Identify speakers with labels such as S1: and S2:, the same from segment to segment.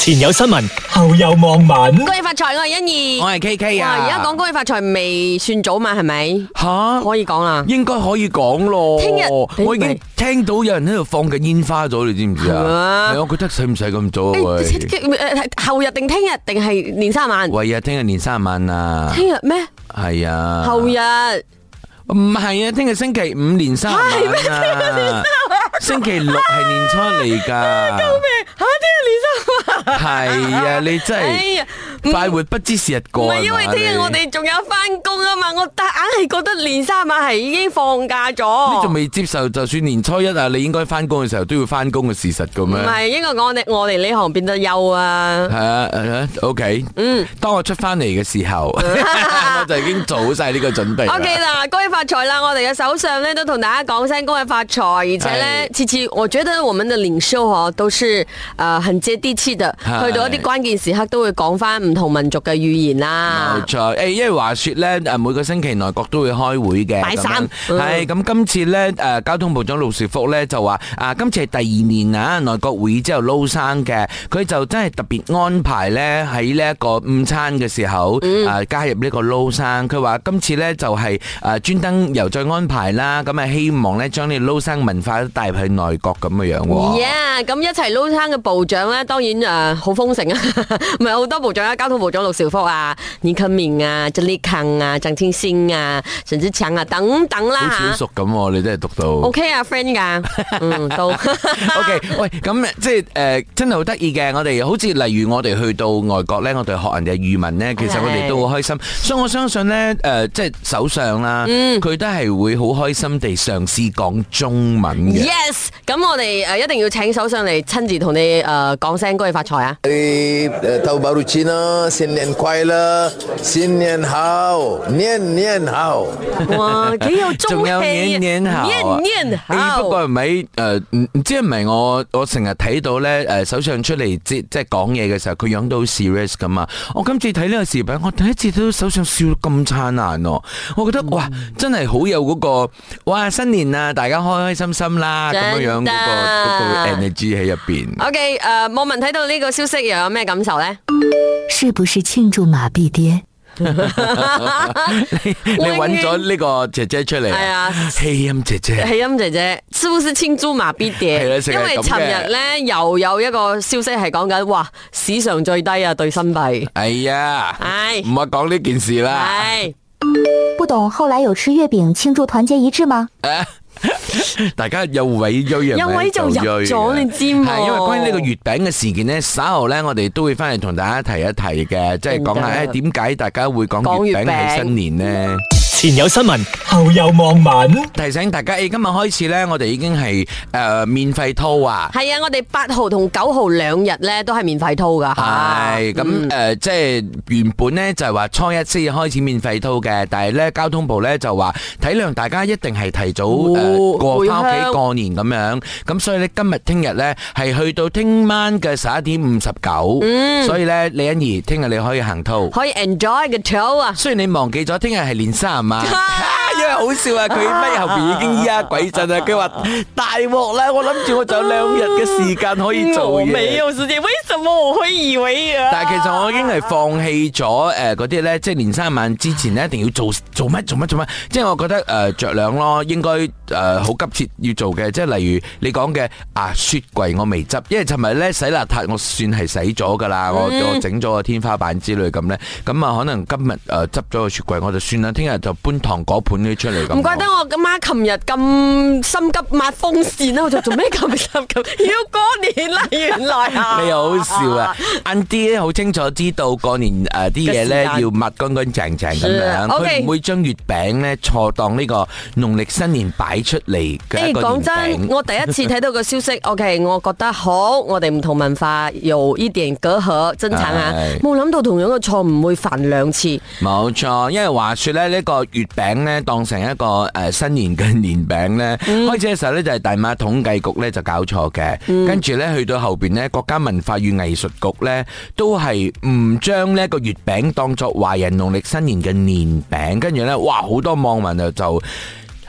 S1: 前有新聞，後有網民。
S2: 恭喜發財，我係欣怡。
S3: 我係 K K
S2: 哇
S3: 啊，
S2: 而家講恭喜發財未算早嘛，係咪？
S3: 吓，
S2: 可以講啦。
S3: 應該可以講咯。
S2: 聽日
S3: 我已經聽到有人喺度放緊煙花咗，你知唔知
S2: 係嘛
S3: 啊？係，我覺得使唔使咁早啊？喂，
S2: 誒後日定聽日定係年三十晚？
S3: 喂啊，聽日年三十晚啊，
S2: 聽日咩？
S3: 係啊，
S2: 後日係
S3: 唔係啊，聽日星期五年三十晚 啊，星期六係年初嚟
S2: 嚇，
S3: 㗎。
S2: 聽日年三十晚。
S3: 係啊，你真
S2: 哎
S3: 係
S2: 呀，唔
S3: 快活不知時日
S2: 唔
S3: 過。
S2: 係因為
S3: 係嘛
S2: 聽日我
S3: 你
S2: 哋仲有翻工啊嘛，我硬係覺得年三十晚係已經放假咗。
S3: 你仲未接受，就算年初一啊，你應該翻工嘅時候都要翻工嘅事實咁
S2: 唔
S3: 樣。
S2: 係，應該講我哋我哋呢行變得優啊
S3: 係。啊係啊，OK。嗯，當我出翻嚟嘅時候，我就已經做好晒呢個準備啦。
S2: O K 啦，恭喜發財啦！我哋嘅首相呢都同大家講聲恭喜發財，而且呢，
S3: 係
S2: 次次我覺得我們的領袖哦都是呃很接地氣的，
S3: 係
S2: 去到一啲關鍵時刻都會講翻唔同民族嘅語言啦
S3: 冇。錯，誒，因為話説咧，誒每個星期內閣都會開會嘅，
S2: 拜三
S3: 咁樣係咁今次咧，誒交通部長陸兆福咧就話啊，今次係第二年啊內閣會議之後撈生嘅，佢就真係特別安排咧喺呢一個午餐嘅時候啊加入呢個撈生，佢話今次咧就係誒專登又再安排啦，咁啊希望咧將呢撈生文化都帶入去內閣咁嘅樣喎。
S2: Yeah，咁一齊撈餐嘅部長呢，當然誒呃好豐盛啊， 唔係好多部長啊，交通部長陸兆福啊、倪可敏啊、鄭麗康啊、鄭清新啊、陳志強啊等等啦
S3: 好似好
S2: 嚇。
S3: 熟咁喎，你真係讀到。
S2: O K 啊，friend 㗎，嗯 都。
S3: O K，喂，咁即係誒，真係好得意嘅。我哋好似例如我哋去到外國咧，我哋學人哋嘅語文咧，其實我哋都好開心。所以我相信咧，誒，即係首相啦，佢都係會好開心地嘗試講中文嘅。
S2: Yes，咁我哋呃誒一定要請首相嚟親自同你誒講聲恭喜發財啊！
S4: Hari eh, Tahun Baru Cina, Sin Nian Kuai le, Sin Nian Hao, Nian Nian Hao.
S2: 哇，幾有中
S3: 仲有
S2: 氣啊，
S3: 年年好啊，
S2: 年年
S3: 咦
S2: 好
S3: 不過係咪誒？唔唔知係咪我我成日睇到咧誒，首相出嚟即即係講嘢嘅時候，佢樣到好 serious 咁啊！我今次睇呢個視頻，我第一次睇到首相笑到咁燦爛喎，我覺得哇，真係好有嗰個哇新年啊，大家開開心心啦咁樣樣嗰
S2: 真
S3: 個嗰個
S2: 㗎
S3: energy 喺入邊。
S2: OK，誒、網呃民睇到呢個消息又有咩感受咧？
S5: 是不是庆祝马币跌？
S3: 你揾咗呢個姐姐出嚟，
S2: 係啊
S3: 氣音姐姐。
S2: 係音姐姐，是不是千珠麻必跌？
S3: 係啦成日
S2: 因為
S3: 咁嘅
S2: 尋日咧又有一個消息係講緊，哇，史上最低啊對新幣，
S3: 哎呀，
S2: 係
S3: 唔好講呢件事啦。
S2: 係
S5: 不懂后来有吃月饼庆祝团结一致吗？
S3: 大家有位追人，
S2: 有位就入咗你知冇
S3: 啊係因為關於呢個月餅嘅事件呢，稍後呢，我哋都會翻嚟同大家提一提嘅，即係講下
S2: 明白
S3: 誒點解大家會講月餅係新年呢？
S1: 前有新聞，後有網民。
S3: 提醒大家，誒今日開始呢，我哋已經係誒免費套啊！
S2: 係啊！我哋八號同九號兩日咧都係免費掏噶，嗯
S3: 係咁誒，即係原本呢就係話初一先至開始免費套嘅，但係呢交通部呢就話體諒大家一定係提早
S2: 哦
S3: 誒過翻
S2: 回
S3: 屋
S2: 鄉
S3: 企過年咁樣，咁所以呢，今日聽日呢係去到聽晚嘅十一點五十九，所以呢，李欣怡聽日你可以行套。
S2: 可以 enjoy 個 tour 啊！
S3: 雖然你忘記咗聽日係年三十晚，因為好笑啊！佢咪後邊已經依家鬼震啊！佢話大鑊啦！我諗住我就有兩日嘅時間可以做
S2: 我啊
S3: 嘢。
S2: 沒有時間，為什麼我會以為啊？
S3: 但係其實我已經係放棄咗誒嗰啲咧，即係年三十晚之前咧，一定要做做乜做乜做乜，即係我覺得誒、呃、着量咯，應該誒好急切要做嘅，即係例如你講嘅啊雪櫃我未執，因為尋日咧洗邋遢我算係洗咗㗎
S2: 嗯
S3: 啦，我我整咗個天花板之類咁咧，咁啊可能今日誒執咗個雪櫃我就算啦，聽日就搬糖果盤嗰啲出嚟咁咯。
S2: 唔怪得我阿媽琴日咁心急抹風扇啦，我就做咩咁心急？ 要過年啦，原來啊！
S3: 你又好笑 啊！晏啲咧好清楚知道過年誒啲
S2: 嘅
S3: 嘢咧
S2: 時間
S3: 要抹乾乾淨淨咁
S2: 是啊
S3: 樣，
S2: OK
S3: 佢唔會將月餅咧錯當呢個農曆新年擺出嚟嘅
S2: 誒
S3: 一個
S2: 講
S3: 年
S2: 真，
S3: 餅。
S2: 我第一次睇到個消息，OK，我覺得好，我哋唔同文化有呢啲人隔阂，真慘啊！
S3: 係
S2: 冇諗到同樣嘅錯誤會犯兩次，
S3: 冇錯，因為話説咧，呢個月餅咧當成一個誒新年嘅年餅咧，開始嘅時候咧就係大馬統計局咧就搞錯嘅，跟住咧去到後邊咧國家文化與藝術局咧都係唔將呢個月餅當作華人農曆新年嘅年餅，跟住咧哇好多網民就就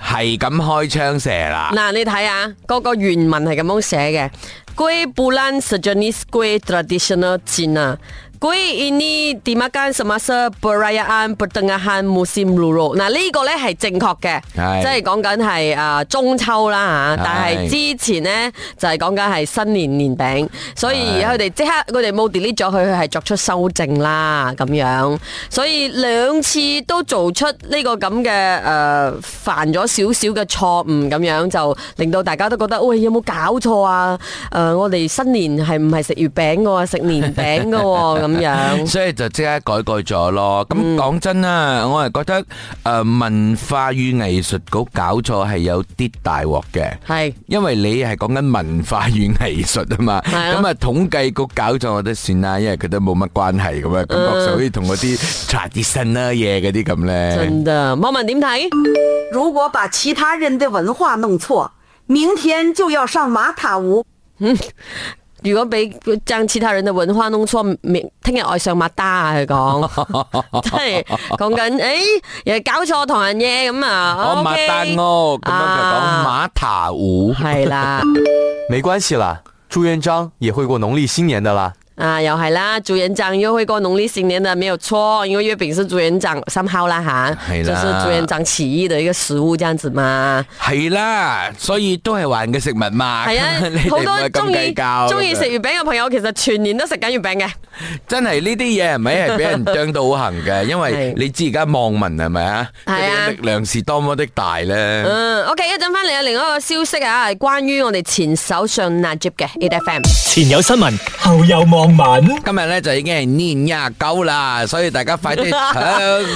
S3: 係咁開槍射啦。啊
S2: 嗱，你睇下，個個原文係咁樣寫嘅。 Kuih bulan sejenis kuih tradisional Cina. Kuih ini dimakan semasa perayaan pertengahan musim luruh. 嗱，呢個咧係正確嘅，
S3: 係
S2: 即係講緊係啊中秋啦嚇，但係
S3: 係
S2: 之前呢，就係講緊係新年年餅，所以佢哋即刻佢哋冇 delete 咗佢，佢係作出修正啦咁樣，所以兩次都做出呢個咁嘅誒犯咗少少嘅錯誤咁樣，就令到大家都覺得喂有冇搞錯啊？誒、我哋新年係唔係食月餅嘅喎，食年餅嘅喎咁樣。
S3: 所以就即刻改改咗咯。咁講真啦，我係覺得诶文化與藝術局搞錯係有啲大鑊嘅。
S2: 係
S3: 因為你係講緊文化與藝術啊嘛，
S2: 係啊
S3: 咁啊統計局搞咗我都算啦，因為佢都冇乜關
S2: 嗯
S3: 係咁啊，感覺就好似同嗰啲 traditional 嘢嗰啲咁咧。
S2: 真的，網民點睇？
S6: 如果把其他人的文化弄错，明天就要上马塔舞。
S2: 如果俾將其他人嘅文化弄錯，明聽日愛上馬打啊！佢 講，即係講緊，誒、又搞錯唐人嘢咁啊！
S3: 我哦馬丹屋咁樣就講
S2: 啊
S3: 馬塔湖，
S2: 係啦。
S7: 没关系啦，朱元璋也会过农历新年的啦。
S2: 啊，又係啦，朱元璋又會過農曆新年啊的，沒有錯，因為月餅是朱元璋三號啦哈，
S3: 係啦
S2: 就是朱元璋起義的一個食物，這樣子嘛。
S3: 係啦，所以都係華人嘅食物嘛。
S2: 係啊
S3: 你，哋
S2: 好
S3: 唔可
S2: 多
S3: 以咁
S2: 中意
S3: 計較
S2: 中意
S3: 咁樣
S2: 食月餅嘅朋友，其實全年都食緊月餅嘅。
S3: 真係呢啲嘢係咪係俾人啄到好行嘅？因為
S2: 係啊
S3: 你知而家網民係咪啊？
S2: 係啊
S3: 佢哋嘅力量是多麼的大咧。
S2: 嗯，OK，一陣翻嚟有另外一個消息啊，係關於我哋前首相 Najib 嘅 A F M。
S1: 前有新聞，後有網民。
S3: 今日咧就已經係年廿九啦，所以大 家快啲搶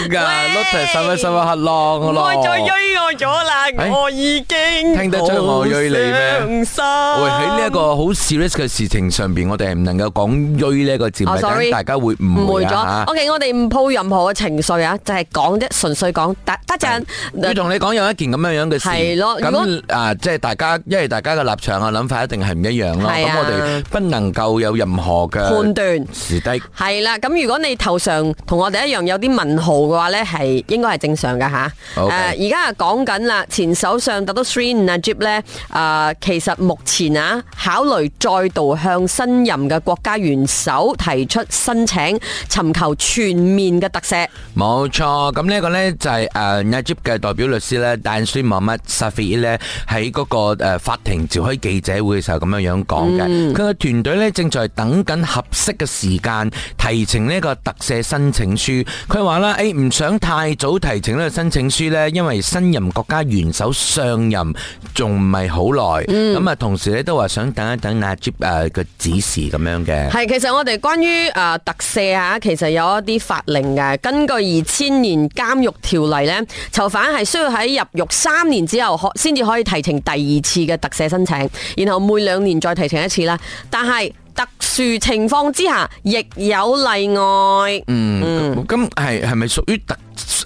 S3: 噶
S2: 喂
S3: ，Lotus 十蚊十蚊黑浪噶
S2: 唔
S3: 咯
S2: 好。再追我咗啦，
S3: 哎
S2: 我已經
S3: 聽得出我追你咩
S2: 好傷心
S3: 喂，喺呢一個好 serious 嘅事情上邊，我哋係唔能夠講追呢一個字
S2: 哦
S3: 眼，
S2: ，sorry
S3: 等大家
S2: 誤
S3: 會誤會
S2: 會
S3: 啊
S2: 咗。
S3: 嚇
S2: OK，我哋唔抱任何嘅情緒啊，就係講啫，純粹講。得得陣，
S3: 要同你講有一件咁樣樣嘅事，
S2: 係咯如果
S3: 咁啊，即係大家，因為大家嘅立場啊、諗法一定係唔一樣咯。
S2: 係啊
S3: 咁我哋不能夠有任何嘅
S2: 判斷
S3: 時低。
S2: 係啦，咁如果你頭上同我哋一樣有啲問號嘅話咧，係應該係正常嘅吓。誒
S3: OK
S2: 而家係講緊啦，前首相特都 Sri Najib 咧，誒其實目前啊，考慮再度向新任嘅國家元首提出申請，尋求全面嘅特赦。
S3: 冇錯，咁呢一個呢，就係誒 Najib 嘅代表律師咧，但孫莫乜 Safi 咧喺嗰個誒法庭召開記者會嘅時候咁樣樣講嘅，佢嘅團隊呢，正在等緊合適嘅時間提呈呢個特赦申請書。佢話啦，誒唔想太早提呈呢個申請書呢，因為新任國家元首上任仲唔係好耐，咁啊同時咧都話想等一等 Najib 誒嘅指示咁樣嘅。
S2: 係，其實我哋關於誒特赦啊，其實有一啲法令嘅。根據二千年監獄條例呢，囚犯係需要喺入獄三年之後，可先至可以提呈第二次嘅特赦申請，然後每兩年再提呈一次啦。但係特殊情況之下，亦有例外。
S3: 嗯，咁係係咪屬於特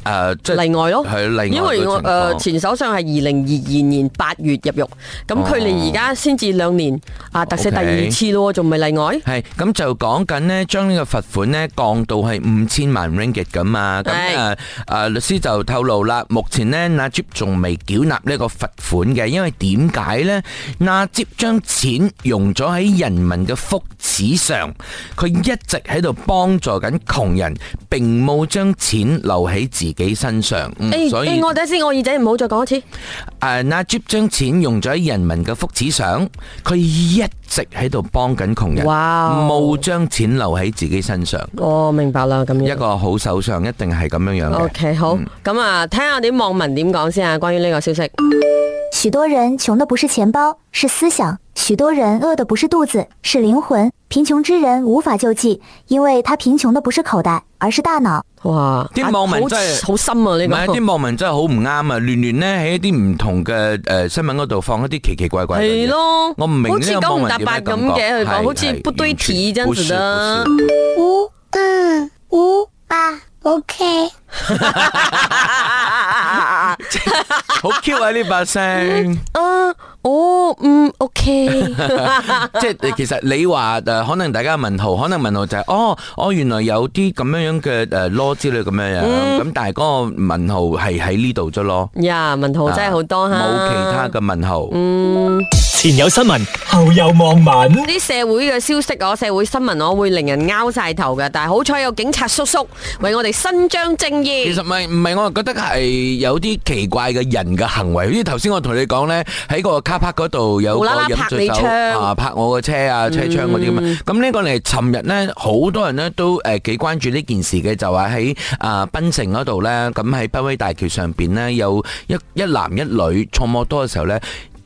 S3: 誒即係
S2: 例外咯，
S3: 係例外
S2: 因為我誒、
S3: 嗰個情況
S2: 前首相係二零二二年八月入獄，咁佢
S3: 哦
S2: 哋而家先至兩年啊特赦第二次咯，仲唔係例外？
S3: 系咁就講緊呢，將呢個罰款呢降到係五千萬 ringgit 咁啊。咁
S2: 係
S3: 誒誒，律師就透露啦，目前呢 Najib 仲未繳納呢個罰款嘅，因為點解呢 Najib 將錢用咗喺人民嘅福祉上，佢一直喺度幫助緊窮人，並冇將錢留喺自己身上。嗯
S2: 誒
S3: 所以
S2: 誒我等下先，我耳仔唔好再講一次。
S3: 誒 Najib 將錢用咗喺人民嘅福祉上，佢一直喺度幫緊窮人，
S2: 哇
S3: 冇將錢留喺自己身上。
S2: 我明白啦，咁
S3: 一
S2: 樣。
S3: 個好首相一定係咁樣樣嘅。
S2: O、k 好，咁啊、睇下啲網民點講先啊，關於呢個消息。
S5: 许多人穷的不是钱包，是思想；许多人饿的不是肚子，是灵魂。贫穷之人无法救济，因为他贫穷的不是口袋，而是大脑。
S2: 哇！
S3: 啲
S2: 啊
S3: 網民
S2: 好
S3: 真係
S2: 好深啊，呢、
S3: 唔係
S2: 個
S3: 啲網民真係好唔啱啊！亂亂呢喺一啲唔同嘅誒新聞嗰度放一啲奇奇怪怪嘅嘢。
S2: 係咯，
S3: 我唔明
S2: 好
S3: 呢
S2: 似
S3: 個
S2: 九唔
S3: 網民
S2: 搭
S3: 點
S2: 八
S3: 解
S2: 咁
S3: 咁
S2: 嘅，佢
S3: 講
S2: 講好似
S3: 係
S2: 不堆
S3: 完全
S2: 體這樣
S3: 不
S2: 子
S3: 是
S2: 的
S3: 不。是
S8: 五二五八，OK。
S3: 好 Q 啊呢把聲。
S2: 啊，哦，嗯，OK，ừ,
S3: 即係呃其實你話誒，可能大家問號，可能問號就係、哦，我原來有啲咁樣樣嘅誒 law 之類咁樣樣，
S2: 嗯
S3: 咁、但係嗰個問號係喺呢度啫咯，
S2: 呀，文
S3: À,
S2: 豪哦真係好多
S3: 啊
S2: 哈，嗯
S3: 冇其他嘅問號。
S1: 前有新聞，後有望文。
S2: 啲社會嘅消息，我社會新聞，我會令人拗晒頭嘅。但係好彩有警察叔叔為我哋伸張正
S3: 其
S2: 義。
S3: 實咪唔係，我係覺得係有啲奇怪嘅人嘅行為。好似頭先我同你講咧，喺個卡帕嗰度有
S2: 無
S3: 個
S2: 啦啦
S3: 飲
S2: 拍
S3: 醉
S2: 你
S3: 酒
S2: 窗
S3: 啊，拍我個車啊、車窗嗰啲咁樣。咁呢個嚟，尋日咧好多人咧都誒幾關注呢件事嘅，就話喺啊檳城嗰度咧，咁喺北威大橋上邊咧有一一男一女坐摩多嘅時候咧。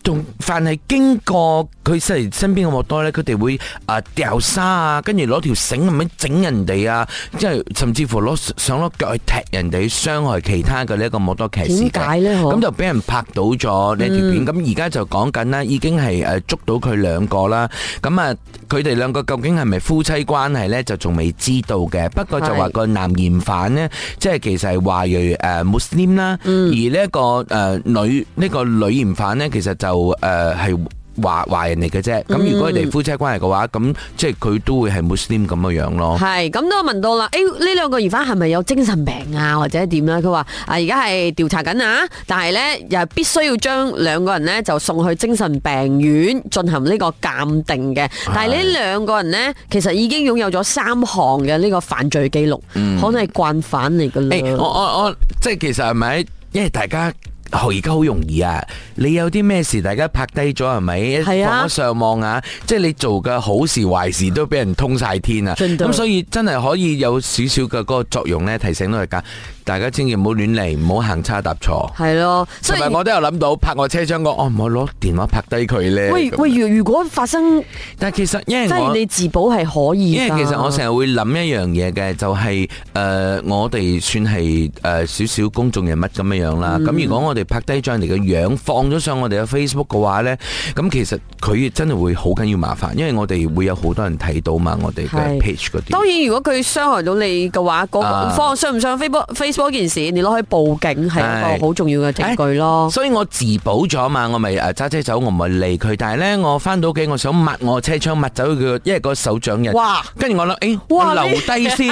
S3: 仲凡係經過佢身身邊嘅摩多咧，佢哋會啊掉沙啊，跟住攞條繩咁樣整人哋啊，即係甚至乎攞想攞腳去踢人哋，傷害其他嘅呢一個摩多騎士嘅。
S2: 點解咧
S3: 咁
S2: 嗬
S3: 就俾人拍到咗呢一條片，咁而家就講緊啦，已經係誒捉到佢兩個啦。咁啊，佢哋兩個究竟係咪夫妻關係呢？就仲未知道嘅。不過就話
S2: 係
S3: 個男嫌犯呢，即係其實係呃華裔誒 Muslim 啦，而呢一個誒女呢個女嫌犯呢，其實就誒係。華華人嚟嘅啫，咁如果佢哋夫妻關係嘅話，咁即係佢都會係 Muslim 咁嘅樣咯。
S2: 係咁都問到啦，誒呢兩個疑犯係咪有精神病啊，或者點咧？佢話啊而家係調查緊啊，但係咧又必須要將兩個人咧就送去精神病院進行呢個鑑定嘅。但係呢兩個人咧其實已經擁有咗三項嘅呢個犯罪記錄，可能係慣犯嚟㗎
S3: 誒、嗯哎我
S2: 啦。
S3: 我我即係其實係咪？因為大家。哦而家好容易啊！你有啲咩事，大家拍低咗係咪？
S2: 係啊
S3: 放咗上網啊！即係你做嘅好事壞事都俾人通晒天啊！
S2: 真㗎
S3: 咁所以真係可以有少少嘅嗰個作用咧，提醒到大家，大家千祈唔好亂嚟，唔好行差踏錯。
S2: 係咯，所
S3: 同
S2: 以
S3: 埋我都有諗到拍我車窗個，哦我唔好攞電話拍低佢咧。
S2: 喂
S3: 咁
S2: 喂，如如果發生
S3: 但係其實因為
S2: 即係
S3: 我
S2: 你自保係可以㗎，
S3: 因為其實我成日會諗一樣嘢嘅，就係、呃我哋算係誒少少公眾人物咁樣樣啦。咁、如果我哋拍低咗人哋嘅樣，放咗上我哋嘅 Facebook 嘅話呢，咁其實佢真係會好緊要麻煩，因為我哋會有好多人睇到嘛，我哋嘅
S2: 係
S3: page 嗰啲。
S2: 當然，如果佢傷害到你嘅話，嗰、個
S3: 啊
S2: 放上唔上 Facebook Facebook 件事，你攞去報警係一
S3: 係
S2: 個好重要嘅證據咯。
S3: 所以我自保咗嘛，我咪誒揸車走，我唔係理佢。但係咧，我翻到屋企，我想抹我車窗，抹走佢，因為個手掌印。
S2: 哇！
S3: 跟住我諗，誒、我
S2: 哇
S3: 留低 先，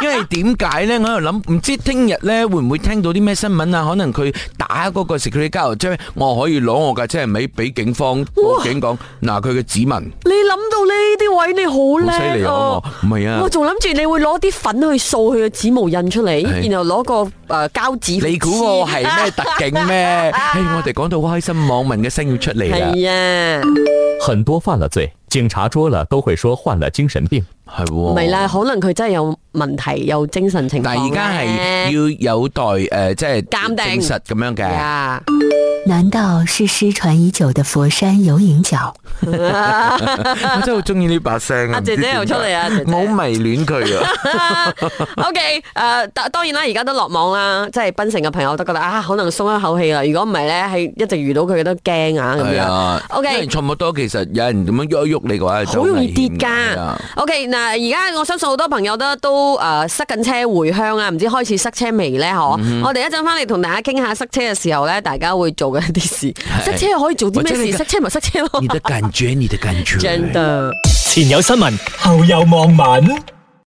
S3: 因為點解咧？我喺度諗，唔知聽日咧會唔會聽到啲咩新聞啊？可能佢打嗰個 security guard，即係我可以攞我架車尾俾警方報警講，嗱佢嘅指紋
S2: 你諗到呢啲位，你好
S3: 好犀
S2: 叻
S3: 利啊！
S2: 啊
S3: 我！唔係啊
S2: 我。仲諗住你會攞啲粉去掃佢嘅指模印出
S3: 係
S2: 嚟，然後攞個誒膠紙。
S3: 你估我係咩特 警咩？唉，我哋講到開心，網民嘅聲要出嚟啦，
S2: 係啊，
S9: 很多犯了罪，警察捉了都会说患了精神病。
S3: 係喎。
S2: 唔係啦，可能佢真係有問題，有精神情況
S3: 哦但係而家
S2: 咧
S3: 係要有待誒、呃即係
S2: 鑑定
S3: 證實咁樣嘅。
S2: 呀
S10: 难道是失传已久的佛山游影脚？
S3: 我真係好中意呢把聲啊！
S2: 阿姐姐又出嚟啊姐姐
S3: 我好迷戀佢 啊！
S2: O K，誒，呃當當然啦，而家都落網啦，即係檳城嘅朋友都覺得啊，可能鬆一口氣啦。如果唔係咧，係一直遇到佢都驚啊咁
S3: 係
S2: 樣。
S3: 啊
S2: Dạ. OK
S3: 因為錯冇多，其實有人咁樣喐一喐你嘅話，
S2: 好容易跌
S3: 就好危險
S2: 㗎。O 啊 K，嗱，而家我相信好多朋友都都誒塞緊車回鄉啊，唔知開始塞車未咧？嗬，我哋一陣翻嚟同大家傾下塞車嘅時候咧，大家會做嘅一啲事。塞車可以做啲
S3: 或
S2: 咩
S3: 者你嘅
S2: 事？塞車咪塞車咯
S3: 你。的感覺，你的感覺。
S2: 真的。
S1: 前有新聞，後有望文。